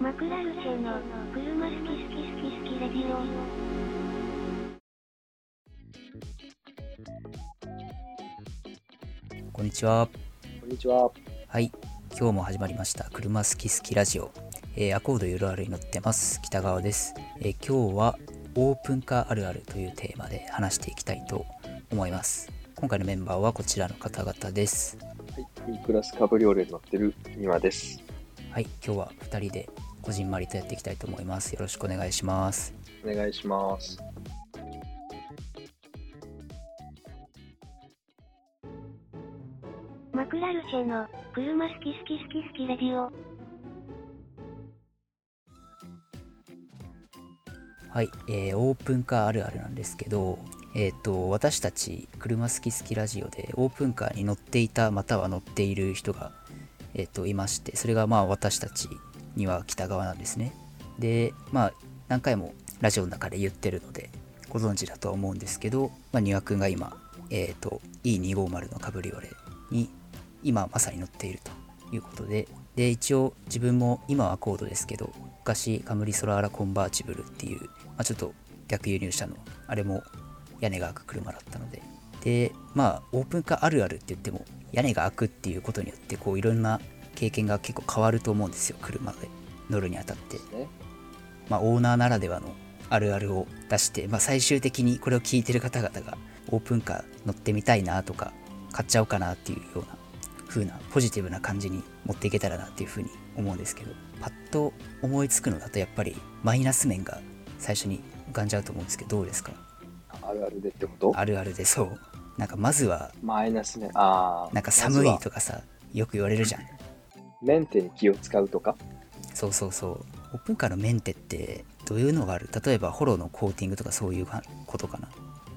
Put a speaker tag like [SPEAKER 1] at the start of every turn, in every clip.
[SPEAKER 1] マクラルチェの車好き好き好き好きレディオ
[SPEAKER 2] こんにちは。
[SPEAKER 3] こんにちは。
[SPEAKER 2] はい。今日も始まりました。車好き好きラジオ。えーアコードゆるあるに乗ってます。北川です、えー今日はオープンカーあるあるというテーマで話していきたいと思います。今回のメンバーはこちらの方々です。
[SPEAKER 3] はい。E クラスカブリオレに乗ってるミワです。
[SPEAKER 2] はい。今日は2人でこじんまりとやっていきたいと思います。よろしくお願いします。
[SPEAKER 3] お願いします。
[SPEAKER 1] マクラルチェの車好き好き好き好きレディオ
[SPEAKER 2] はい、えーオープンカーあるあるなんですけど、えー、と私たち車好き好きラジオでオープンカーに乗っていたまたは乗っている人が、えー、といましてそれがまあ私たちには北側なんですねでまあ何回もラジオの中で言ってるのでご存知だとは思うんですけど、まあ、丹羽君が今、えー、と E250 のカブリオレに今まさに乗っているということでで一応自分も今はアコードですけど昔カムリソラーラコンバーチブルっていう、まあ、ちょっと逆輸入車のあれも屋根が開く車だったのででまあオープンカーあるあるって言っても屋根が開くっていうことによってこういろんな経験が結構変わると思うんですよ車で乗るにあたって
[SPEAKER 3] ですね。
[SPEAKER 2] まあ、オーナーならではのあるあるを出して、まあ、最終的にこれを聞いてる方々がオープンカー乗ってみたいなとか買っちゃおうかなっていうような風なポジティブな感じに持っていけたらなっていう風に思うんですけどパッと思いつくのだとやっぱりマイナス面が最初に浮かんじゃうと思うんですけどどうですか
[SPEAKER 3] あるあるでってこと
[SPEAKER 2] あるあるでそうなんかまずは
[SPEAKER 3] マイナスね。ああ。
[SPEAKER 2] なんか寒い
[SPEAKER 3] まずは
[SPEAKER 2] とかさよく言われるじゃん
[SPEAKER 3] メンテに気を使うとか。
[SPEAKER 2] そうそうそうオープンカーのメンテってどういうのがある例えばホロのコーティングとかそういうことかな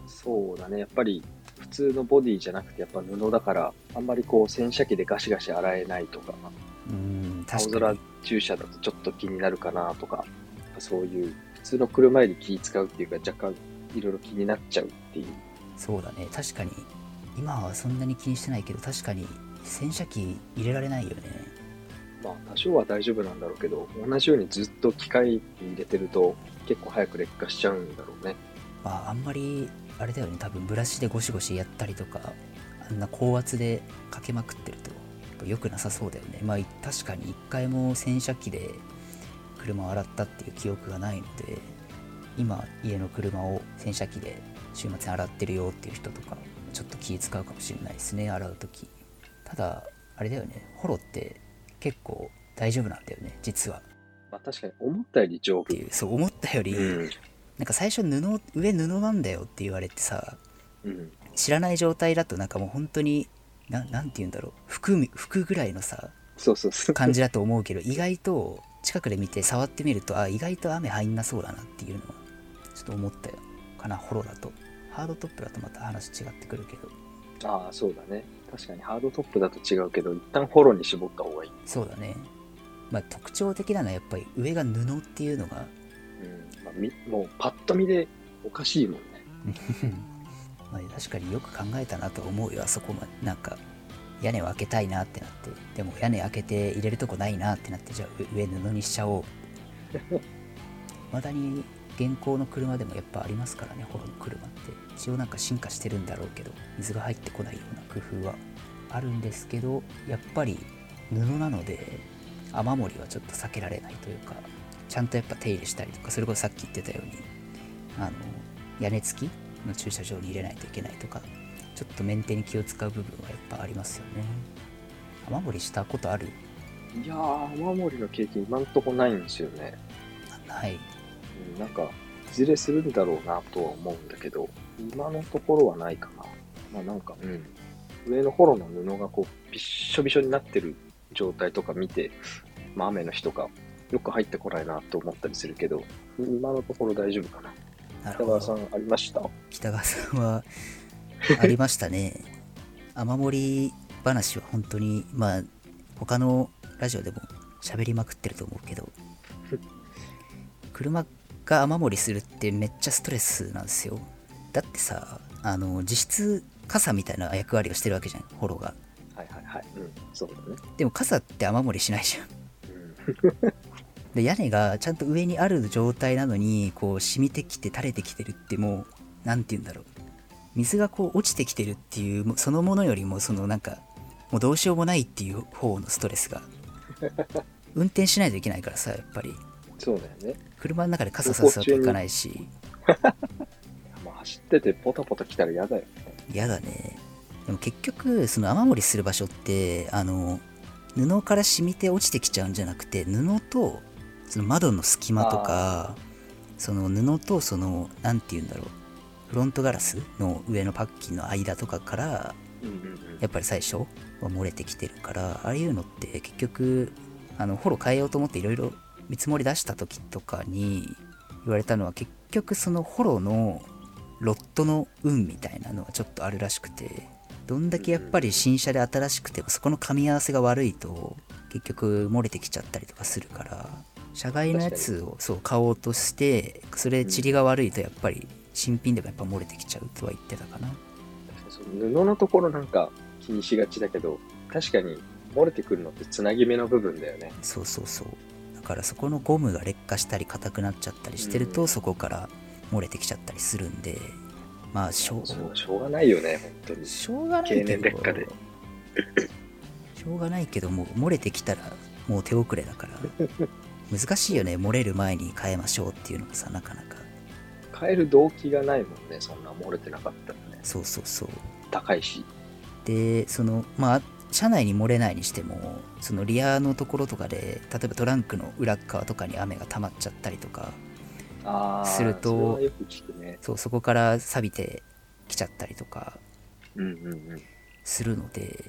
[SPEAKER 3] そうだね。やっぱり普通のボディじゃなくてやっぱ布だから、あんまりこう洗車機でガシガシ洗えないとか、
[SPEAKER 2] うん
[SPEAKER 3] 青
[SPEAKER 2] 確か
[SPEAKER 3] 空
[SPEAKER 2] に
[SPEAKER 3] 駐車だとちょっと気になるかなとか、やっぱそういう普通の車より気使うっていうか若干いろいろ気になっちゃうっていう。
[SPEAKER 2] そうだね確かに今はそんなに気にしてないけど確かに洗車機入れられないよね
[SPEAKER 3] まあ多少は大丈夫なんだろうけど、同じようにずっと機械に入れてると結構早く劣化しちゃうんだろうね。
[SPEAKER 2] まああんまりあれだよね多分ブラシでゴシゴシやったりとかあんな高圧でかけまくってると良くなさそうだよねまあ確かに一回も洗車機で車を洗ったっていう記憶がないので今家の車を洗車機で週末に洗ってるよっていう人とかちょっと気使うかもしれないですね洗う時ただあれだよねホロって結構大丈夫なんだよね実は
[SPEAKER 3] まあ確かに思ったより丈
[SPEAKER 2] って
[SPEAKER 3] 夫。
[SPEAKER 2] いうそう思ったより、
[SPEAKER 3] うん。
[SPEAKER 2] なんか最初布上布なんだよって言われてさ
[SPEAKER 3] うん。
[SPEAKER 2] 知らない状態だとなんかもう本当にななんて言うんだろう服み服ぐらいのさ
[SPEAKER 3] そうそうそう。
[SPEAKER 2] 感じだと思うけど意外と近くで見て触ってみるとあ意外と雨入んなそうだなっていうのはちょっと思ったよかなホロだとハードトップだとまた話違ってくるけど
[SPEAKER 3] ああ、そうだね。確かにハードトップだと違うけど、一旦ホロに絞った方がいい。
[SPEAKER 2] そうだねまあ特徴的なのはやっぱり上が布っていうのが
[SPEAKER 3] うん。まあ、みもうパッと見でおかしいもんね。
[SPEAKER 2] まあ確かによく考えたなと思うよあそこまでなんか屋根を開けたいなってなってでも屋根開けて入れるとこないなってなってじゃあ上上布にしちゃおうまだに現行の車でもやっぱありますからねホロの車って一応なんか進化してるんだろうけど水が入ってこないような工夫はあるんですけどやっぱり布なので雨漏りはちょっと避けられないというかちゃんとやっぱ手入れしたりとかそれこそさっき言ってたようにあの屋根付きの駐車場に入れないといけないとかちょっとメンテに気を使う部分はやっぱありますよね雨漏りしたことある
[SPEAKER 3] いやー、雨漏りの経験今んとこないんですよね。
[SPEAKER 2] ない
[SPEAKER 3] うん、なんか、いずれするんだろうなとは思うんだけど、今のところはないかな。まあなんか、うん。上のホロの布がこう、びっしょびしょになってる状態とか見て、まあ雨の日とか、よく入ってこないなと思ったりするけど、今のところ大丈夫かな。
[SPEAKER 2] なる
[SPEAKER 3] 北
[SPEAKER 2] ほ
[SPEAKER 3] 川さん
[SPEAKER 2] ど、
[SPEAKER 3] ありました
[SPEAKER 2] 北川さんはありましたね 雨漏り話は本当にまあ他のラジオでも喋りまくってると思うけ ど車が雨漏りするってめっちゃストレスなんですよだってさあの実質傘みたいな役割をしてるわけじゃんホロが
[SPEAKER 3] はいはいはい。うん、そうだね。
[SPEAKER 2] でも傘って雨漏りしないじゃん。で屋根がちゃんと上にある状態なのにこう染みてきて垂れてきてるってもう何て言うんだろう水がこう落ちてきてるっていうもうそのものよりもそのなんかもうどうしようもないっていう方のストレスが運転しないといけないからさやっぱり
[SPEAKER 3] そうだよね。
[SPEAKER 2] 車の中で傘さすわけいかないし
[SPEAKER 3] まあ、走っててポタポタ来たら嫌だよね。
[SPEAKER 2] 嫌だねでも結局その雨漏りする場所ってあの布から染みて落ちてきちゃうんじゃなくて布とその窓の隙間とかその布とその何て言うんだろうフロントガラスの上のパッキンの間とかから
[SPEAKER 3] うんうんうん。
[SPEAKER 2] やっぱり最初は漏れてきてるからああいうのって結局あのホロ変えようと思っていろいろ見積もり出した時とかに言われたのは結局そのホロのロットの運みたいなのはちょっとあるらしくてどんだけやっぱり新車で新しくてもそこの噛み合わせが悪いと結局漏れてきちゃったりとかするから社外のやつをそう買おうとしてそれ塵が悪いとやっぱり新品でもやっぱ漏れてきちゃうとは言ってたかな。
[SPEAKER 3] そう布のところなんか気にしがちだけど、確かに漏れてくるのってつなぎ目の部分だよね。
[SPEAKER 2] そうそうそうだからそこのゴムが劣化したり硬くなっちゃったりしてると、
[SPEAKER 3] うん
[SPEAKER 2] そこから漏れてきちゃったりするんでまあしょ
[SPEAKER 3] そううしょうがないよね、本当に。
[SPEAKER 2] しょうがない
[SPEAKER 3] 経
[SPEAKER 2] け
[SPEAKER 3] 年
[SPEAKER 2] ど
[SPEAKER 3] 劣化で
[SPEAKER 2] しょうがないけどもう漏れてきたらもう手遅れだから 難しいよね漏れる前に変えましょうっていうのもさなかなか
[SPEAKER 3] 変える動機がないもんね、そんな漏れてなかったらね。
[SPEAKER 2] そうそうそう
[SPEAKER 3] 高いし。
[SPEAKER 2] でそのまあ車内に漏れないにしてもそのリアのところとかで例えばトランクの裏っ側とかに雨が溜まっちゃったりとか
[SPEAKER 3] あー
[SPEAKER 2] すると
[SPEAKER 3] それはよく聞くね。
[SPEAKER 2] そうそこから錆びてきちゃったりとか
[SPEAKER 3] うんうんうん。
[SPEAKER 2] するので、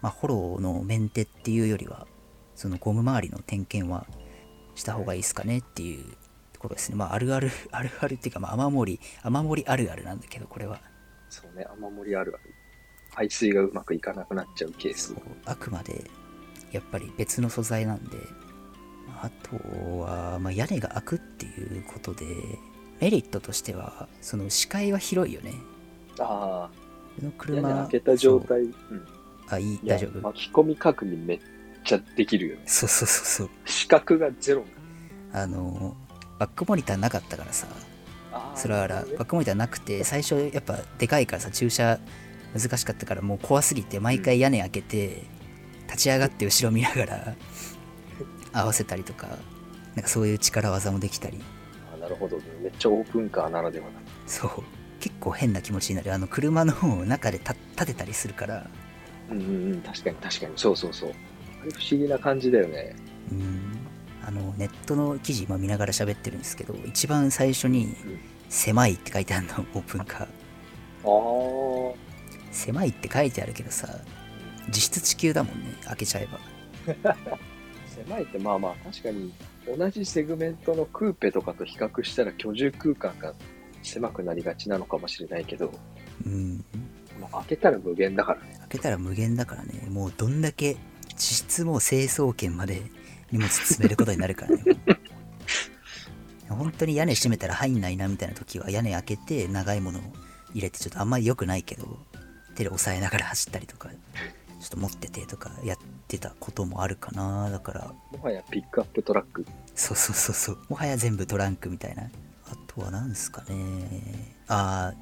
[SPEAKER 2] まあ、ホローのメンテっていうよりはそのゴム周りの点検はした方がいいですかねっていうところですね、まあ、あるあ るあるあるっていうか、まあ、雨漏り雨漏りあるあるなんだけどこれは
[SPEAKER 3] そうね、雨漏りあるある。排水がうまくいかなくなっちゃうケース
[SPEAKER 2] そう。あくまでやっぱり別の素材なんでまああとは、まあ、屋根が開くっていうことでメリットとしてはその視界は広いよね
[SPEAKER 3] ああ、
[SPEAKER 2] の
[SPEAKER 3] 屋
[SPEAKER 2] 車
[SPEAKER 3] 根開けた状態、うん
[SPEAKER 2] そうあいい
[SPEAKER 3] いや
[SPEAKER 2] 大丈夫
[SPEAKER 3] 巻き込み確認めっちゃできるよね。
[SPEAKER 2] そうそうそうそう
[SPEAKER 3] 視覚がゼロになる
[SPEAKER 2] あのバックモニターなかったからさ
[SPEAKER 3] あー
[SPEAKER 2] それはあら
[SPEAKER 3] な
[SPEAKER 2] バ
[SPEAKER 3] る
[SPEAKER 2] ッ
[SPEAKER 3] ほどね
[SPEAKER 2] クモニターなくて最初やっぱでかいからさ駐車難しかったからもう怖すぎて毎回屋根開けて立ち上がって後ろ見ながら合わせたりとかなんかそういう力技もできたり
[SPEAKER 3] あーなるほどね。めっちゃオープンカーならではだ。
[SPEAKER 2] そう結構変な気持ちになるあの車の中で立立てたりするから
[SPEAKER 3] うんうんうん、確かに確かに。そうそうそう。あれ不思議な感じだよね。
[SPEAKER 2] うんあのネットの記事今見ながら喋ってるんですけど一番最初に「狭い」って書いてあるのオープンカー
[SPEAKER 3] ああ。
[SPEAKER 2] 狭いって書いてあるけどさ実質地球だもんね開けちゃえば
[SPEAKER 3] 狭いってまあまあ確かに同じセグメントのクーペとかと比較したら居住空間が狭くなりがちなのかもしれないけど、
[SPEAKER 2] うん
[SPEAKER 3] まあ、開けたら無限だからね。
[SPEAKER 2] 開けたら無限だからねもうどんだけ実質もう清掃圏まで荷物詰めることになるからね 本当に屋根閉めたら入んないなみたいな時は屋根開けて長いものを入れてちょっとあんまり良くないけど手で押さえながら走ったりとかちょっと持っててとかやってたこともあるかなだから
[SPEAKER 3] もはやピックアップトラック。
[SPEAKER 2] そうそうそうそう。もはや全部トランクみたいな。あとは何すかね。あ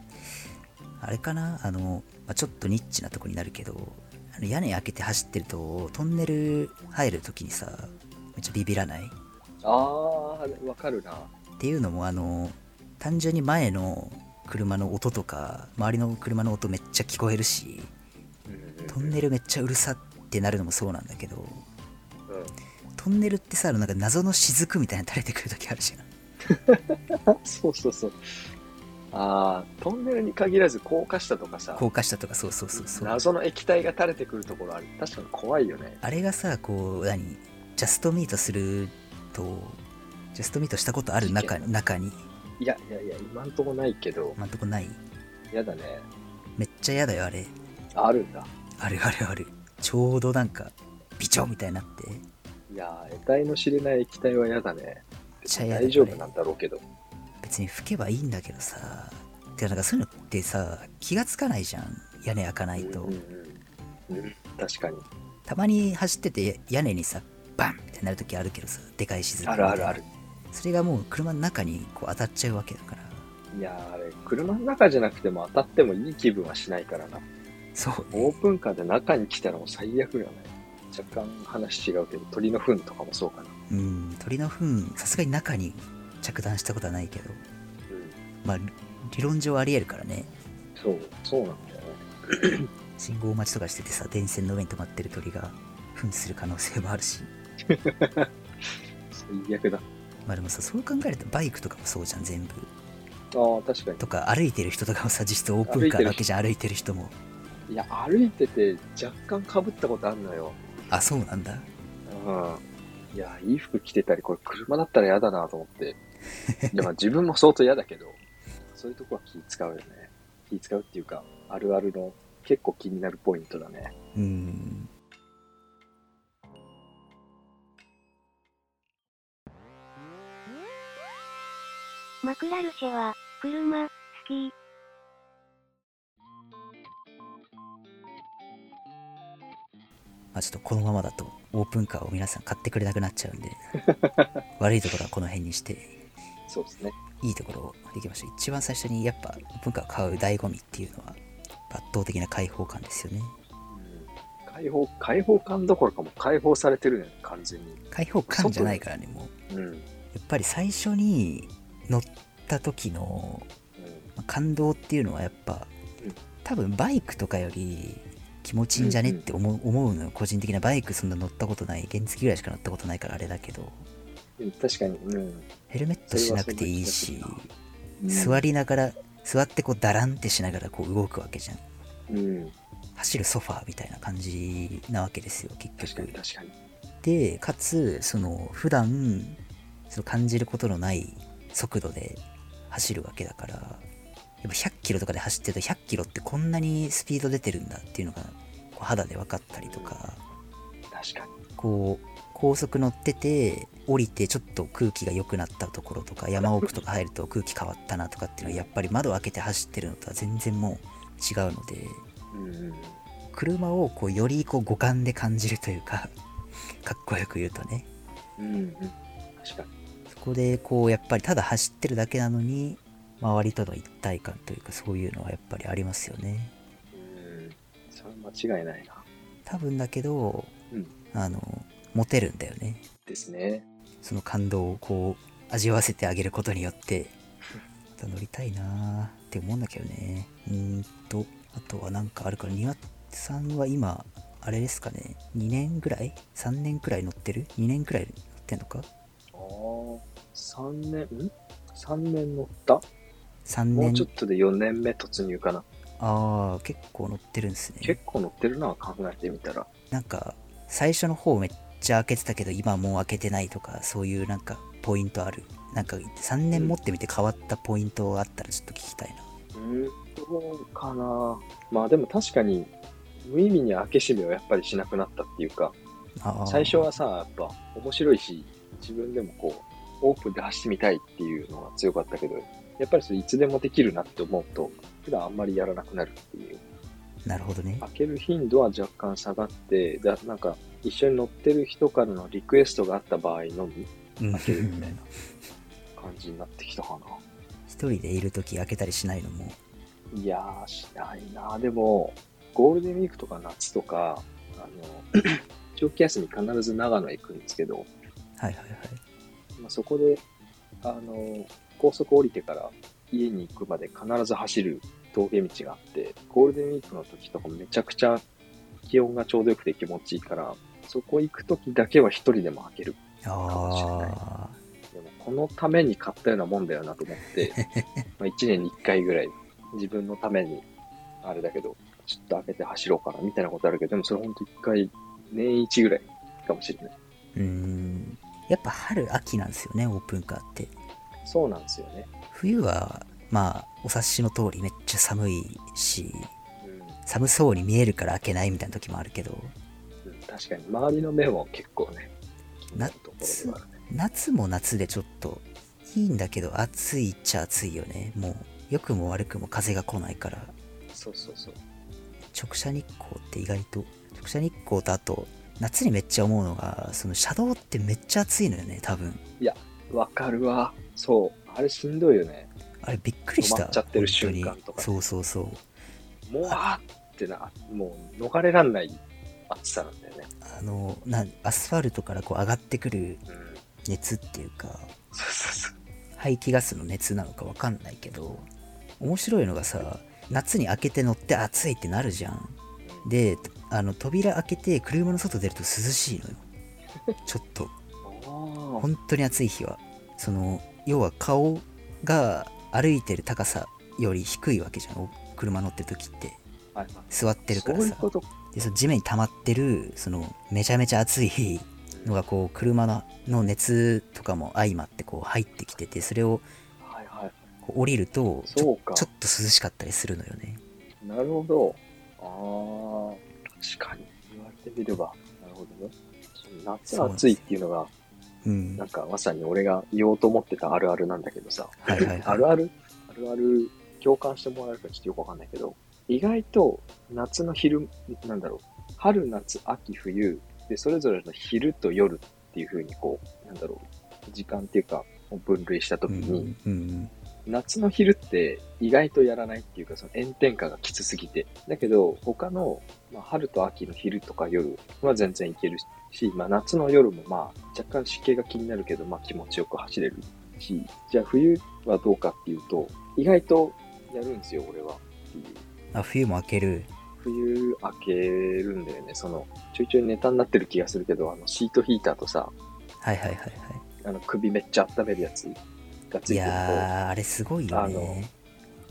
[SPEAKER 2] あ、あれかなあの、まあ、ちょっとニッチなとこになるけど、あの屋根開けて走ってると、トンネル入るときにさ、めっちゃビビらないっ
[SPEAKER 3] ああ、わかるな。
[SPEAKER 2] ていうのも、あの、単純に前の車の音とか、周りの車の音めっちゃ聞こえるし、トンネ
[SPEAKER 3] ル、
[SPEAKER 2] ルめっちゃうるさってなるのもそうなんだけど、
[SPEAKER 3] うん
[SPEAKER 2] トンネルってさ、あのなんか謎の雫みたいなの垂れてくるときあるじゃん。
[SPEAKER 3] そうそうそう。ああ、トンネルに限らず高架下とかさ、
[SPEAKER 2] 高架下とか、そうそうそうそう。
[SPEAKER 3] 謎の液体が垂れてくるところある。確かに怖いよね。
[SPEAKER 2] あれがさこう何ジャストミートするとジャストミートしたことある中
[SPEAKER 3] 事
[SPEAKER 2] 中に
[SPEAKER 3] いやいやいや、今んとこないけど、
[SPEAKER 2] 今んとこない
[SPEAKER 3] やだね。
[SPEAKER 2] めっちゃ嫌だよあれ
[SPEAKER 3] あるんだ。
[SPEAKER 2] あるあるあるちょうどなんかビチョみたいになってめっ
[SPEAKER 3] いやー、得体の知れない液体は嫌だね。
[SPEAKER 2] ちゃ嫌だ
[SPEAKER 3] 大
[SPEAKER 2] よ
[SPEAKER 3] 丈
[SPEAKER 2] あれ
[SPEAKER 3] 夫なんだろうけど。
[SPEAKER 2] 別に吹けばいいんだけどさてかなんかそういうのってさ気がつかないじゃん屋根開かないと
[SPEAKER 3] うんうんうんうん確かに。
[SPEAKER 2] たまに走ってて屋根にさババンってなる時あるけどさでかいしず
[SPEAKER 3] あるあるある。
[SPEAKER 2] それがもう車の中にこう当たっちゃうわけだから
[SPEAKER 3] いやーあれ、車の中じゃなくても当たってもいい気分はしないからな。
[SPEAKER 2] そう
[SPEAKER 3] オ
[SPEAKER 2] ね
[SPEAKER 3] ープンカーで中に来たらもう最悪よね。若干話違うけど、鳥の糞とかもそうかな。
[SPEAKER 2] うん鳥の糞さすがに中に着弾したことはないけど
[SPEAKER 3] うん。
[SPEAKER 2] まあ理理論上ありえるからね
[SPEAKER 3] そう、そうなんだよね。
[SPEAKER 2] 信号待ちとかしててさ電線の上に止まってる鳥が糞する可能性もあるし
[SPEAKER 3] 最悪だ。
[SPEAKER 2] まあでもさそう考えるとバイクとかもそうじゃん全部
[SPEAKER 3] ああ、確かに。
[SPEAKER 2] とか歩いてる人とかもさ実質オープンカーなわけじゃん歩いてる人も
[SPEAKER 3] いや、歩いてて若干被ったことあるのよ。
[SPEAKER 2] あそうなんだ
[SPEAKER 3] うん。いや、いい服着てたり、これ車だったら嫌だなと思って。いや、まあ自分も相当嫌だけど、そういうとこは気使うよね。気使うっていうか、あるあるの結構気になるポイントだね。
[SPEAKER 2] うん
[SPEAKER 1] マクラルシェは、車、スキー、
[SPEAKER 2] まあちょっとこのままだとオープンカーを皆さん買ってくれなくなっちゃうんで悪いところはこの辺にして
[SPEAKER 3] そうですね。
[SPEAKER 2] いいところを行きましょう一番最初にやっぱオープンカー買う醍醐味っていうのは圧倒的な開放感ですよね
[SPEAKER 3] うん解放、解放感どころかもう解放されてるね、完全に。
[SPEAKER 2] 開放感じゃないからねもう
[SPEAKER 3] うん。うん。
[SPEAKER 2] やっぱり最初に乗った時のまあ感動っていうのはやっぱ
[SPEAKER 3] うん
[SPEAKER 2] 多分バイクとかより気持ちいいんじゃねって思う,、思うのよ個人的なバイクそんな乗ったことない原付ぐらいしか乗ったことないからあれだけど
[SPEAKER 3] うん確かに、うん。
[SPEAKER 2] ヘルメットしなくていいし
[SPEAKER 3] うん
[SPEAKER 2] 座りながら座ってこうダランってしながらこう動くわけじゃん
[SPEAKER 3] うん。
[SPEAKER 2] 走るソファーみたいな感じなわけですよ結
[SPEAKER 3] 確かに、
[SPEAKER 2] 局
[SPEAKER 3] 確かに。
[SPEAKER 2] でかつその普段その感じることのない速度で走るわけだからやっぱ100キロとかで走ってると100キロってこんなにスピード出てるんだっていうのがこう肌で分かったりとか
[SPEAKER 3] 確かに。
[SPEAKER 2] こう高速乗ってて降りてちょっと空気が良くなったところとか山奥とか入ると空気変わったなとかっていうのはやっぱり窓開けて走ってるのとは全然もう違うので
[SPEAKER 3] うん。
[SPEAKER 2] 車をこうよりこう五感で感じるというか かっこよく言うとね
[SPEAKER 3] うん。うん。確かに。
[SPEAKER 2] そこでこうやっぱりただ走ってるだけなのに周りとの一体感というかそういうのはやっぱりありますよね
[SPEAKER 3] うん。それは間違いないな。
[SPEAKER 2] 多分だけど、
[SPEAKER 3] うん
[SPEAKER 2] あのモテるんだよね
[SPEAKER 3] ですね。
[SPEAKER 2] その感動をこう味わわせてあげることによってまた乗りたいなーって思うんだけどねうーんとあとはなんかあるから庭さんは今あれですかね2年ぐらい3年くらい乗ってる2年くらい乗ってんのか
[SPEAKER 3] ああ、3年、ん ?3 年乗った
[SPEAKER 2] 3
[SPEAKER 3] もう
[SPEAKER 2] 年
[SPEAKER 3] ちょっとで4年目突入かな。
[SPEAKER 2] ああ結構乗ってるんですね
[SPEAKER 3] 結構乗ってるな、考えてみたら。
[SPEAKER 2] なんか最初の方めっちゃ開けてたけど今もう開けてないとかそういうなんかポイントあるなんか3年持ってみて変わったポイントがあったらちょっと聞きたいな
[SPEAKER 3] うん、どうかな。まあでも確かに、無意味に開け閉めをやっぱりしなくなったっていうか、
[SPEAKER 2] あー
[SPEAKER 3] 最初はさ、やっぱ面白いし、自分でもこう、オープンで走ってみたいっていうのが強かったけど、やっぱりそれいつでもできるなって思うと、普段あんまりやらなくなるっていう。
[SPEAKER 2] なるほどね
[SPEAKER 3] 開ける頻度は若干下がって、だなんか一緒に乗ってる人からのリクエストがあった場合のみ
[SPEAKER 2] うん
[SPEAKER 3] 開けるみたいな感じになってきたか
[SPEAKER 2] 一人でいる時開けたりしないのも
[SPEAKER 3] な。いやー、しないな。でも、ゴールデンウィークとか夏とか、あの、 長期休み必ず長野行くんですけど、
[SPEAKER 2] はいはいはい
[SPEAKER 3] まあ、そこで、あの、高速降りてから家に行くまで必ず走る峠道があって、ゴールデンウィークの時とかめちゃくちゃ気温がちょうどよくて気持ちいいから、そこ行く時だけは一人でも開ける。もしれない
[SPEAKER 2] ああ
[SPEAKER 3] でもこのために買ったようなもんだよなと思 って、まあ1年に1回ぐらい自分のために、あれだけど、ちょっと開けて走ろうかなみたいなことあるけど、でもそれほんと1回、年1ぐらいかもしれない。
[SPEAKER 2] うーんやっぱ春秋なんですよねオープンカーって
[SPEAKER 3] そうなんですよね。
[SPEAKER 2] 冬はまあお察しの通りめっちゃ寒いし
[SPEAKER 3] うん
[SPEAKER 2] 寒そうに見えるから開けないみたいな時もあるけど
[SPEAKER 3] うん確かに周りの目も結構ね気になるところではあるね
[SPEAKER 2] 夏も夏でちょっといいんだけど暑いっちゃ暑いよねもう良くも悪くも風が来ないから
[SPEAKER 3] そうそうそう
[SPEAKER 2] 直射日光って意外と直射日光とあと夏にめっちゃ思うのがその車道ってめっちゃ暑いのよね多分
[SPEAKER 3] わかるわ。そう。あれしんどいよね。
[SPEAKER 2] あれびっくりした
[SPEAKER 3] 止まっちゃってる瞬間とか
[SPEAKER 2] 本
[SPEAKER 3] ね
[SPEAKER 2] 当にそうそうそう
[SPEAKER 3] もわーってな、もう逃れらんない暑さなんだよね。
[SPEAKER 2] あのなアスファルトからこう上がってくる
[SPEAKER 3] うん。
[SPEAKER 2] 熱っていうか
[SPEAKER 3] そうそうそう。
[SPEAKER 2] 排気ガスの熱なのかわかんないけど面白いのがさ夏に開けて乗って暑いってなるじゃんであの扉開けて車の外出ると涼しい のよちょっと
[SPEAKER 3] あ
[SPEAKER 2] 本当に暑い日はその要は顔が歩いてる高さより低いわけじゃんお車乗ってる時って
[SPEAKER 3] あ。はい。
[SPEAKER 2] 座ってるから
[SPEAKER 3] そういう
[SPEAKER 2] さ
[SPEAKER 3] ことか。
[SPEAKER 2] でその地面に溜まってるそのめちゃめちゃ暑い
[SPEAKER 3] うん
[SPEAKER 2] のがこう車のの熱とかも相まってこう入ってきててそれを
[SPEAKER 3] はいはい。
[SPEAKER 2] こう降りるとち
[SPEAKER 3] そ
[SPEAKER 2] ょ
[SPEAKER 3] うか
[SPEAKER 2] ちょっと涼しかったりするのよね
[SPEAKER 3] なるほど。ああ、確かに。言われてみれば。なるほどね。夏暑いっていうのが、
[SPEAKER 2] うん
[SPEAKER 3] なんかまさに俺が言おうと思ってたあるあるなんだけどさ。
[SPEAKER 2] はいはいはい
[SPEAKER 3] あるあるあるある共感してもらえるかちょっとよくわかんないけど、意外と夏の昼、なんだろう、春、夏、秋、冬、で、それぞれの昼と夜っていう風にこう、なんだろう、時間っていうか、分類した時
[SPEAKER 2] うん
[SPEAKER 3] に、
[SPEAKER 2] うんうん
[SPEAKER 3] 夏の昼って意外とやらないっていうか、その炎天下がきつすぎて。だけど、他の、まあ、春と秋の昼とか夜は全然いけるし、まあ、夏の夜もまあ、若干湿気が気になるけど、まあ、気持ちよく走れるし、じゃあ冬はどうかっていうと、意外とやるんですよ、俺は。っていう。
[SPEAKER 2] あ冬も開ける
[SPEAKER 3] 冬明けるんだよね。その、ちょいちょいネタになってる気がするけど、あの、シートヒーターとさ、
[SPEAKER 2] はいはいはいは
[SPEAKER 3] あの、首めっちゃ温めるやつがつ
[SPEAKER 2] い
[SPEAKER 3] い
[SPEAKER 2] い
[SPEAKER 3] てると。
[SPEAKER 2] やーあれすごいよね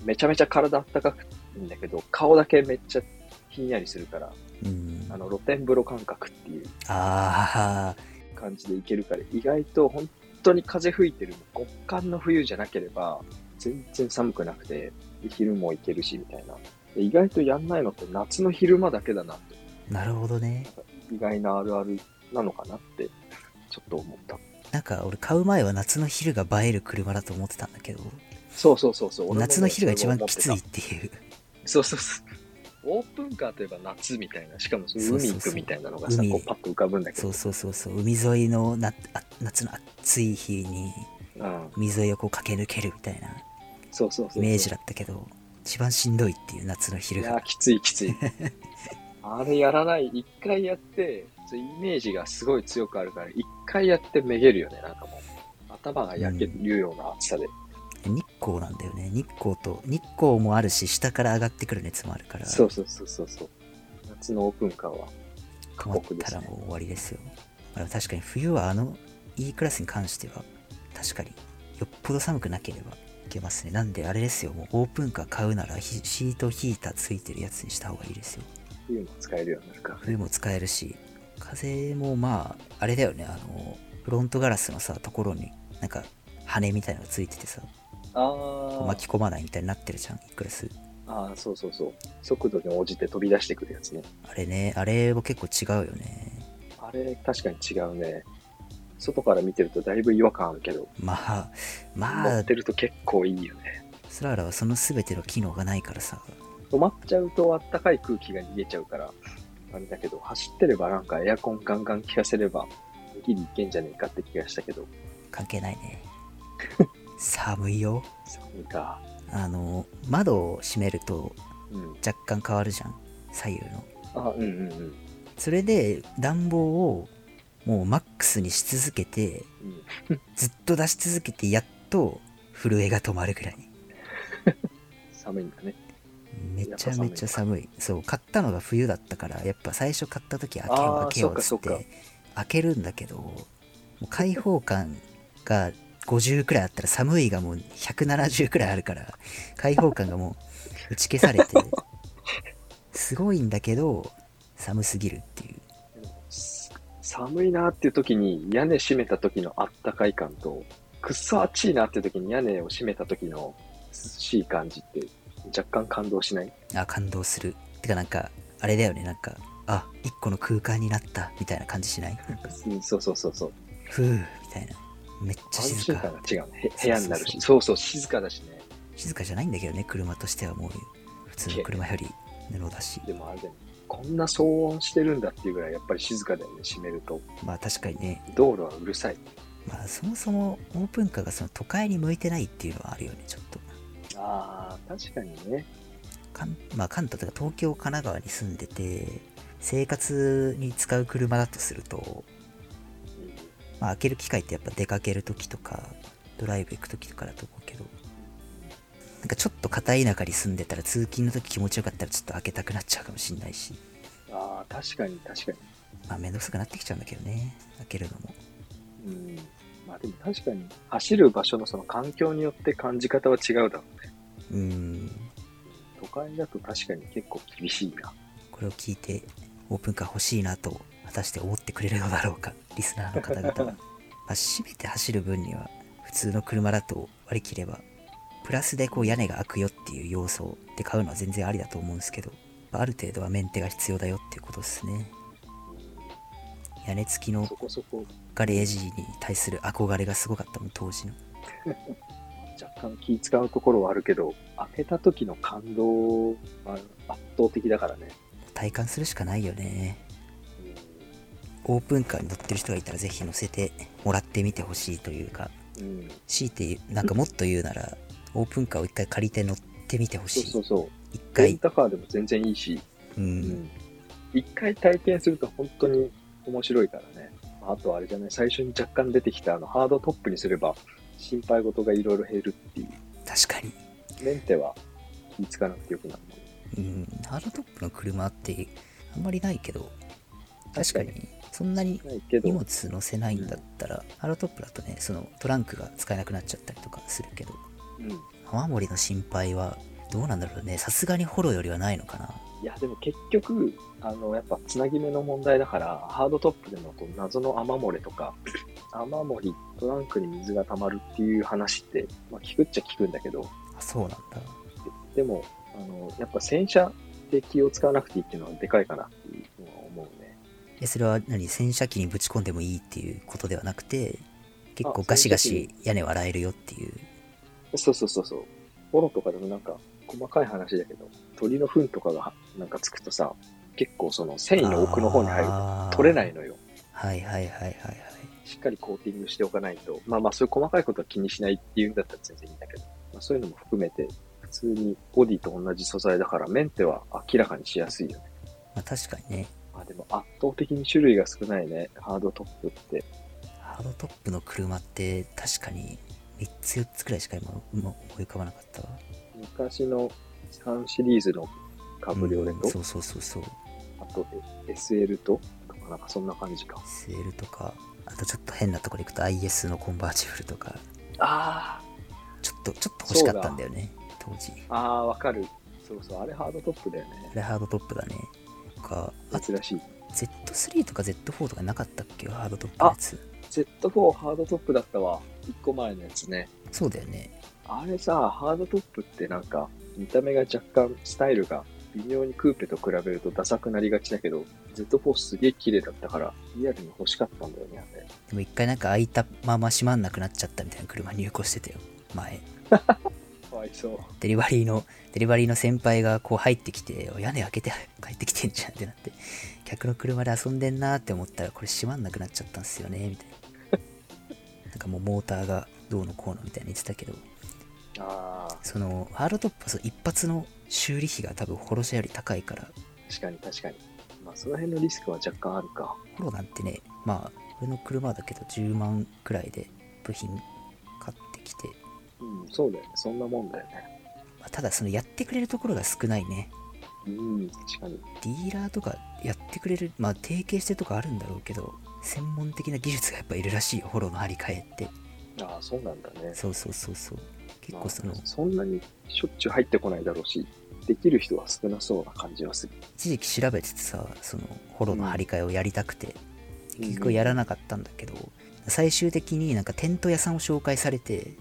[SPEAKER 3] めちゃめちゃ体あったかくいいんだけど、顔だけめっちゃひんやりするから、
[SPEAKER 2] うん
[SPEAKER 3] あの露天風呂感覚っていう
[SPEAKER 2] あー
[SPEAKER 3] 感じでいけるから、意外と本当に風吹いてる極寒の冬じゃなければ、全然寒くなくて、で昼もいけるしみたいな。で意外とやんないのって夏の昼間だけだなって、
[SPEAKER 2] なるほどね
[SPEAKER 3] 意外なあるあるなのかなって、ちょっと思った。
[SPEAKER 2] なんか俺買う前は夏の昼が映える車だと思ってたんだけど
[SPEAKER 3] そうそうそうそう。俺もね
[SPEAKER 2] 夏の昼が一番きつ
[SPEAKER 3] それ
[SPEAKER 2] い
[SPEAKER 3] も思
[SPEAKER 2] っ
[SPEAKER 3] って
[SPEAKER 2] いう
[SPEAKER 3] たそうそうそう。オープンカーといえば夏みたいな、しかもその海行くみたいなのがさ、
[SPEAKER 2] そうそうそう
[SPEAKER 3] こうパッと浮かぶんだけ
[SPEAKER 2] そ
[SPEAKER 3] ど
[SPEAKER 2] う、そうそうそう海沿いのなあ夏の暑い日に
[SPEAKER 3] うん、
[SPEAKER 2] 海沿いをこう駆け抜けるみたいな
[SPEAKER 3] そうそうそう
[SPEAKER 2] イ
[SPEAKER 3] そう。
[SPEAKER 2] メージだったけど一番しんどいっていう夏の昼
[SPEAKER 3] いや
[SPEAKER 2] が
[SPEAKER 3] ー、きついきつい。 あれやらない、一回やって、そうイメージがすごい強くあるから、一回やってめげるよね、なんかもう。頭が焼けるような暑さで。
[SPEAKER 2] 日光なんだよね日光と日光もあるし下から上がってくる熱もあるから
[SPEAKER 3] そうそうそうそうそう。夏のオープンカーは過
[SPEAKER 2] 困っ
[SPEAKER 3] 酷で
[SPEAKER 2] た
[SPEAKER 3] す
[SPEAKER 2] ら
[SPEAKER 3] ね。
[SPEAKER 2] もう終わりですよまあ確かに冬はあの E クラスに関しては確かによっぽど寒くなければいけますねなんであれですよもうオープンカー買うならヒシートヒーターついてるやつにした方がいいですよ
[SPEAKER 3] 冬も使えるようになるからね。
[SPEAKER 2] 冬も使えるし風もまああれだよねあのフロントガラスのさところになんか羽みたいなのついててさ
[SPEAKER 3] あー
[SPEAKER 2] 巻き込まないみたいになってるじゃん E クラス
[SPEAKER 3] あー、そうそうそう。速度に応じて飛び出してくるやつね。
[SPEAKER 2] あれねあれも結構違うよね
[SPEAKER 3] あれ、確かに違うね。外から見てるとだいぶ違和感あるけど、
[SPEAKER 2] まあま
[SPEAKER 3] 乗
[SPEAKER 2] あ
[SPEAKER 3] ってると結構いいよね。
[SPEAKER 2] スラーラはその全ての機能がないからさ
[SPEAKER 3] 止まっちゃうとあったかい空気が逃げちゃうから、あれだけど、走ってればなんかエアコンガンガン効かせれば、ギリいけんじゃねえかって気がしたけど、
[SPEAKER 2] 関係ないね 寒いよ
[SPEAKER 3] 寒いか。
[SPEAKER 2] あの窓を閉めると
[SPEAKER 3] うん。
[SPEAKER 2] 若干変わるじゃん左右の
[SPEAKER 3] あ、うんうんうん。
[SPEAKER 2] それで暖房をもうマックスにし続けて
[SPEAKER 3] うん、
[SPEAKER 2] ずっと出し続けてやっと震えが止まるぐらい
[SPEAKER 3] 寒いんだね。
[SPEAKER 2] めちゃめちゃ寒いそう買ったのが冬だったからやっぱ最初買った時開けよう
[SPEAKER 3] あー
[SPEAKER 2] 開けようっつ
[SPEAKER 3] そ
[SPEAKER 2] っ
[SPEAKER 3] っかそって
[SPEAKER 2] 開けるんだけどもう開放感が50くらいあったら寒いがもう170くらいあるから開放感がもう打ち消さ れてすごいんだけど寒すぎるっていう
[SPEAKER 3] す寒いなっていう時に屋根閉めた時のあったかい感と、くっそ暑いなっていう時に屋根を閉めた時の涼しい感じって、若干感動しない
[SPEAKER 2] あ感動するてかなんかあれだよねなんかあ一個の空間になったみたいな感じしない
[SPEAKER 3] うんそうそうそうそう。
[SPEAKER 2] ふうみたいなめっちゃ
[SPEAKER 3] 安
[SPEAKER 2] 静
[SPEAKER 3] 心
[SPEAKER 2] か
[SPEAKER 3] 感が違うね。へ部屋になるし。そうそう、静かだしね。
[SPEAKER 2] 静かじゃないんだけどね車としてはもう普通の車より布だし
[SPEAKER 3] でもあれだよね、こんな騒音してるんだっていうぐらいやっぱり静かだよね閉めると
[SPEAKER 2] まあ確かにね、
[SPEAKER 3] 道路はうるさい
[SPEAKER 2] まあ、そもそもオープンカーがその都会に向いてないっていうのはあるよねちょっと
[SPEAKER 3] ああ確かにね
[SPEAKER 2] かんまあ関東とか東京神奈川に住んでて生活に使う車だとすると、
[SPEAKER 3] うん
[SPEAKER 2] まあ、開ける機会ってやっぱ出かける時とかドライブ行く時とかだと思うけどなんかちょっと片田舎に住んでたら通勤の時気持ちよかったらちょっと開けたくなっちゃうかもしんないし
[SPEAKER 3] ああ確かに確かに
[SPEAKER 2] まあ面倒くさくなってきちゃうんだけどね開けるのも
[SPEAKER 3] うんまあでも確かに走る場所のその環境によって感じ方は違うだろう
[SPEAKER 2] うーん
[SPEAKER 3] 都会だと確かに結構厳しいな
[SPEAKER 2] これを聞いてオープンカー欲しいなと果たして思ってくれるのだろうかリスナーの方々はまあ閉めて走る分には普通の車だと割り切ればプラスでこう屋根が開くよっていう要素で買うのは全然ありだと思うんですけどまあある程度はメンテが必要だよっていうことですね屋根付きの
[SPEAKER 3] そこそこ
[SPEAKER 2] ガレージに対する憧れがすごかったもん当時の
[SPEAKER 3] 若干気使うところはあるけど開けた時の感動は圧倒的だからね、
[SPEAKER 2] 体感するしかないよね
[SPEAKER 3] うん
[SPEAKER 2] オープンカーに乗ってる人がいたらぜひ乗せてもらってみてほしいというか
[SPEAKER 3] うん、
[SPEAKER 2] 強いて言うなんかもっと言うならオープンカーを一回借りて乗ってみてほ
[SPEAKER 3] そう
[SPEAKER 2] し
[SPEAKER 3] そ
[SPEAKER 2] いう
[SPEAKER 3] そう
[SPEAKER 2] 一
[SPEAKER 3] レン
[SPEAKER 2] 回
[SPEAKER 3] タカーでも全然いいし、
[SPEAKER 2] う
[SPEAKER 3] うん一回体験すると本当に面白いからねあとあれじゃない最初に若干出てきたあのハードトップにすれば心配事がいろいろ減るっていう
[SPEAKER 2] 確かに、
[SPEAKER 3] メンテは気使わなくてよくなるもん
[SPEAKER 2] うん、ハードトップの車ってあんまりないけど確かにそんなに
[SPEAKER 3] ないけど
[SPEAKER 2] 荷物載せないんだったら、ハードトップだとねそのトランクが使えなくなっちゃったりとかするけど
[SPEAKER 3] うん、い
[SPEAKER 2] 雨漏りの心配はどうなんだろうねさすがにホロよりはないのかな
[SPEAKER 3] やでも結局あのやっぱつなぎ目の問題だからハードトップでのこう謎の雨漏れとか雨漏りトランクに水が溜まるっていう話って、まあ、聞くっちゃ聞くんだけど
[SPEAKER 2] あそうなんだ
[SPEAKER 3] でもあのやっぱ洗車で気を使わなくていいっていうのはでかいかなっていうのは思うね
[SPEAKER 2] えそれは何洗車機にぶち込んでもいいっていうことではなくて結構
[SPEAKER 3] あ
[SPEAKER 2] ガシガ
[SPEAKER 3] 洗車
[SPEAKER 2] シ屋根を洗えるよっていう
[SPEAKER 3] そうそうそうそう。ボロとかでもなんか、細かい話だけど、鳥の糞とかがなんかつくとさ、結構その繊維の奥の方に入る。取れ
[SPEAKER 2] い
[SPEAKER 3] ないのよ。
[SPEAKER 2] はいはいはいはいはい
[SPEAKER 3] しっかりコーティングしておかないと。まあまあ、そういう細かいことは気にしないっていうんだったら全然いいんだけど、まあ、そういうのも含めて、普通にボディと同じ素材だから、メンテは明らかにしやすいよね。
[SPEAKER 2] まあ確かにね
[SPEAKER 3] まあでも圧倒的に種類が少ないね、ハードトップって。
[SPEAKER 2] ハードトップの車って確かに3つ4つくらいしか今今思い浮かばなかったわ
[SPEAKER 3] 昔の3シリーズのカブリオレ
[SPEAKER 2] うん
[SPEAKER 3] と、
[SPEAKER 2] そうそうそうそう
[SPEAKER 3] あと SL と、とかなんかそんな感じか。
[SPEAKER 2] SL とかあとちょっと変なところ行くと IS のコンバーチブルとか
[SPEAKER 3] ああ、
[SPEAKER 2] ちょっとちょっと欲しかったんだよね当時
[SPEAKER 3] ああ、わかる。そうそう、あれハードトップだよね
[SPEAKER 2] あ。れハードトップだねとかあと
[SPEAKER 3] 珍しい。
[SPEAKER 2] Z3 とか Z4 とかなかったっけハードトップのやつ
[SPEAKER 3] Z4 ハードトップだったわ。1個前のやつね。
[SPEAKER 2] そうだよね
[SPEAKER 3] あれさ、ハードトップってなんか、見た目が若干、スタイルが微妙にクーペと比べるとダサくなりがちだけど、Z4 すげえ綺麗だったから、リアルに欲しかったんだよね、あれ。
[SPEAKER 2] でも一回なんか開いたまま閉まんなくなっちゃったみたいな車入庫してたよ前
[SPEAKER 3] かわいそう。
[SPEAKER 2] デリバリーの、デリバリーの先輩がこう入ってきて、屋根開けて帰ってきてんじゃんってなって、客の車で遊んでんなーって思ったら、これ閉まんなくなっちゃったんすよね、みたいな。なんかもうモーターがどうのこうのみたいに言ってたけど、
[SPEAKER 3] ああ、
[SPEAKER 2] その、ハードトップはその一発の修理費が多分ホロ車より高いから、
[SPEAKER 3] 確かに確かに。まあ、その辺のリスクは若干あるか。
[SPEAKER 2] ホロなんてね、まあ、俺の車だけど10万くらいで部品買ってきて、
[SPEAKER 3] うん、そうだよね。そんなもんだよね。
[SPEAKER 2] まあただそのやってくれるところが少ないね。
[SPEAKER 3] うん、確かに。
[SPEAKER 2] ディーラーとかやってくれる、まあ、提携してるとかあるんだろうけど、専門的な技術がやっぱいるらしいよ、フォローの張り替えって。
[SPEAKER 3] ああ、そうなんだね。
[SPEAKER 2] そうそうそうそう。結構その
[SPEAKER 3] まあ、そんなにしょっちゅう入ってこないだろうしできる人は少なそうな感じはする
[SPEAKER 2] 一時期調べててさ、そのフォローの張り替えをやりたくて、
[SPEAKER 3] うん
[SPEAKER 2] 結局やらなかったんだけど、最終的になんかテント屋さんを紹介され て、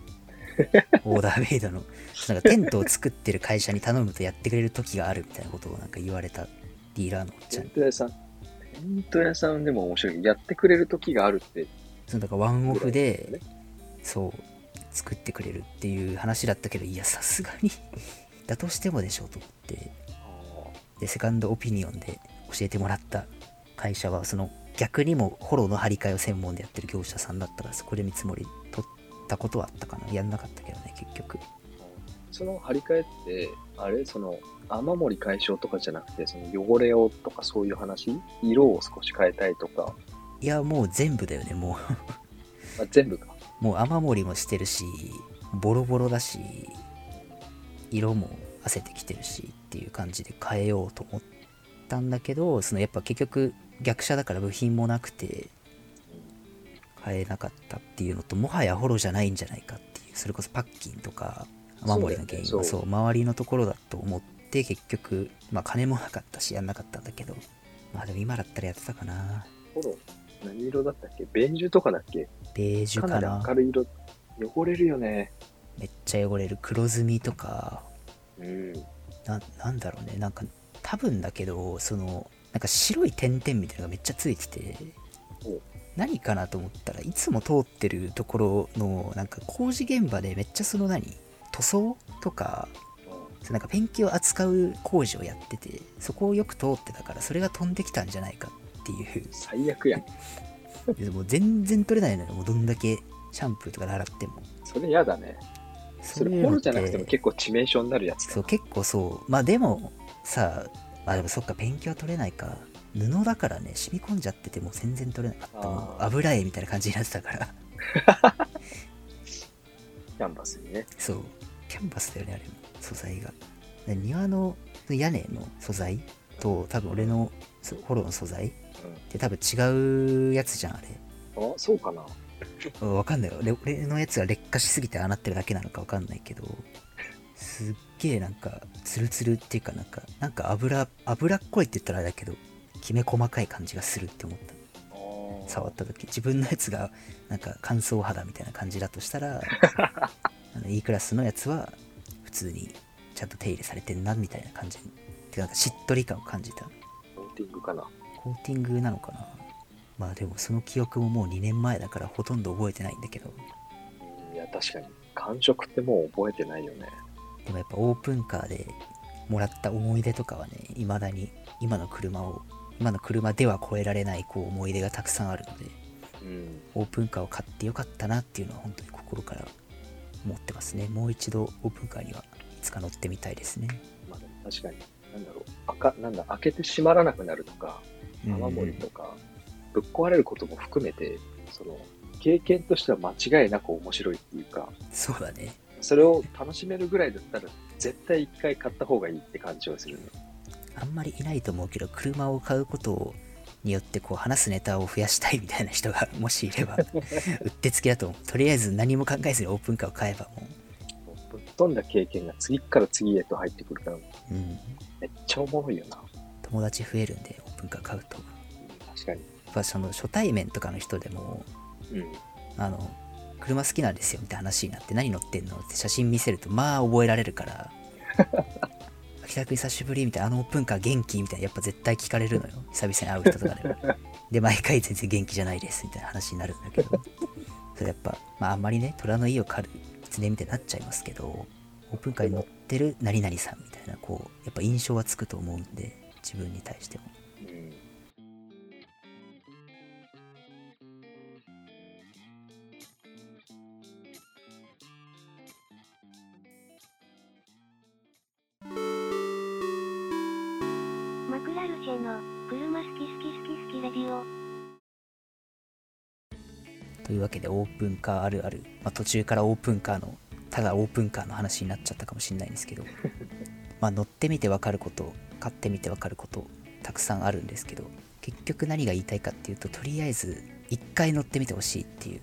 [SPEAKER 2] オーダーメイドの、なんかテントを作ってる会社に頼むとやってくれる時があるみたいなことをなんか言われたディーラーのおっち
[SPEAKER 3] テ
[SPEAKER 2] ゃん
[SPEAKER 3] ン。ト屋さんテント屋さんでも面白いやってくれる時があるって
[SPEAKER 2] そのだからワンオフで、
[SPEAKER 3] ぐらいで
[SPEAKER 2] そう作ってくれるっていう話だったけどいやさ すがにだとしてもでしょうと思ってでセカンドオピニオンで教えてもらった会社はその逆にもホロの張り替えを専門でやってる業者さんだったからそこで見積もり取ったことはあったかなやんなかったけどね結局
[SPEAKER 3] その張り替えって、あれその、雨漏り解消とかじゃなくて、その汚れをとかそういう話色を少し変えたいとか、
[SPEAKER 2] いやもう全部だよねも
[SPEAKER 3] あ全部か。
[SPEAKER 2] うもう雨漏りもしてるしボロボロだし色も褪せてきてるしっていう感じで変えようと思ったんだけどそのやっぱ結局逆車だから部品もなくて買えなかったっていうのともはやホロじゃないんじゃないかっていうそれこそパッキンとか雨漏りの原因
[SPEAKER 3] そうだよ
[SPEAKER 2] は
[SPEAKER 3] ね
[SPEAKER 2] そ
[SPEAKER 3] そうう
[SPEAKER 2] 周りのところだと思って結局まあ金もなかったしやんなかったんだけどまあでも今だったらやってたかな
[SPEAKER 3] ほろ、何色だったっけベンジュとかだっけ
[SPEAKER 2] ベージュ
[SPEAKER 3] か
[SPEAKER 2] か
[SPEAKER 3] なり
[SPEAKER 2] な
[SPEAKER 3] 明るい色。汚れるよね。
[SPEAKER 2] めっちゃ汚れる黒ずみとか
[SPEAKER 3] うん。
[SPEAKER 2] ななんだろうねなんか多分だけどそのなんか白い点々みたいなのがめっちゃついてて
[SPEAKER 3] お
[SPEAKER 2] 何かなと思ったらいつも通ってるところのなんか工事現場でめっちゃその何塗装とかそうなんかペンキを扱う工事をやっててそこをよく通ってたからそれが飛んできたんじゃないかっていう
[SPEAKER 3] 最悪やん。
[SPEAKER 2] でもう全然取れないのよもうどんだけシャンプーとか習っても
[SPEAKER 3] それ嫌だね。そ
[SPEAKER 2] そうい
[SPEAKER 3] れ
[SPEAKER 2] う
[SPEAKER 3] ホ
[SPEAKER 2] の
[SPEAKER 3] ロ
[SPEAKER 2] っ
[SPEAKER 3] じゃなくても結構致命傷になるやつだ
[SPEAKER 2] そう結構そうまあでもさまあでもそっかペンキは取れないか布だからね染み込んじゃっててもう全然取れなかったもう
[SPEAKER 3] あー
[SPEAKER 2] 油絵みたいな感じになってたから
[SPEAKER 3] キャンバスにね。
[SPEAKER 2] そうキャンバスだよねあれも素材がで庭の屋根の素材と多分俺のそフォローの素材って多分違うやつじゃんあれ
[SPEAKER 3] うん。あ、そうかな。
[SPEAKER 2] うんわかんないよ俺俺のやつが劣化しすぎてああなってるだけなのかわかんないけどすっげえなんかツルツルっていうかなんかなんか油油っこいって言ったらあれだけどきめ細かい感じがするって思った触った時自分のやつがなんか乾燥肌みたいな感じだとしたらあの E クラスのやつは普通にちゃんと手入れされてんなみたいな感じてかなんかしっとり感を感じた
[SPEAKER 3] コーティングかな。
[SPEAKER 2] コーティングなのかなまあでもその記憶ももう2年前だからほとんど覚えてないんだけど
[SPEAKER 3] いや、確かに。感触ってもう覚えてないよね。
[SPEAKER 2] でもやっぱオープンカーでもらった思い出とかはね未だに今の車を今の車では超えられないこう思い出がたくさんあるので
[SPEAKER 3] うん。
[SPEAKER 2] オープンカーを買ってよかったなっていうのは本当に心から思ってますねもう一度オープンカーにはいつか乗ってみたいですね
[SPEAKER 3] まあでも確かに。なんだろう。あか、なんだ、開けて閉まらなくなるとか、
[SPEAKER 2] うん
[SPEAKER 3] 雨漏りとか、ぶっ壊れることも含めて、その、経験としては間違いなく面白いっていうか、
[SPEAKER 2] そうだね
[SPEAKER 3] それを楽しめるぐらいだったら、絶対一回買った方がいいって感じはするね。
[SPEAKER 2] あんまりいないと思うけど車を買うことによってこう話すネタを増やしたいみたいな人がもしい ればうってつけだと思うとりあえず何も考えずにオープンカーを買えばも
[SPEAKER 3] もうぶっ飛んだ経験が次から次へと入ってくるから、
[SPEAKER 2] う、うん、
[SPEAKER 3] めっちゃおもろいよな。
[SPEAKER 2] 友達増えるんでオープンカー買うと
[SPEAKER 3] 確かに。
[SPEAKER 2] やっぱその初対面とかの人でも
[SPEAKER 3] うん。
[SPEAKER 2] あの車好きなんですよみたいな話になって何乗ってんのって写真見せるとまあ覚えられるから 「秋田君久しぶり」みたいな「あのオープンカー元気?」みたいなやっぱ絶対聞かれるのよ久々に会う人とかでもで毎回全然元気じゃないですみたいな話になるんだけどそれやっぱ、まあ、あんまりね虎の意を狩る狐みたいになっちゃいますけどオープンカーに乗ってる何々さんみたいなこうやっぱ印象はつくと思うんで自分に対しても。
[SPEAKER 3] うん
[SPEAKER 1] マクラルシェの車好き好き好き好きレディオ
[SPEAKER 2] というわけでオープンカーあるある、まあ、途中からオープンカーのただオープンカーの話になっちゃったかもしれないんですけどまあ乗ってみて分かること買ってみて分かることたくさんあるんですけど結局何が言いたいかっていうととりあえず1回乗ってみてほしいっていう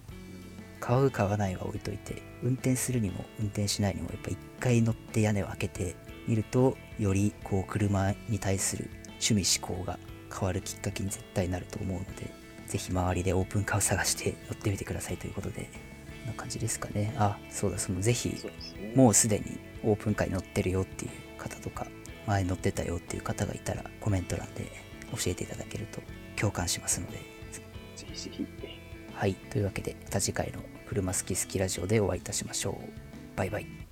[SPEAKER 2] 買う買わないは置いといて運転するにも運転しないにもやっぱ1回乗って屋根を開けてみるとよりこう車に対する趣味思考が変わるきっかけに絶対なると思うのでぜひ周りでオープンカーを探して乗ってみてくださいということで、こんな感じですかね。あ、そうだ、そのぜひ、
[SPEAKER 3] そうですね。
[SPEAKER 2] もうすでにオープンカーに乗ってるよっていう方とか、前乗ってたよっていう方がいたら、コメント欄で教えていただけると共感しますので、
[SPEAKER 3] ぜひぜひ。
[SPEAKER 2] はい、というわけで、また次回の車好き好きラジオでお会いいたしましょう。バイバイ。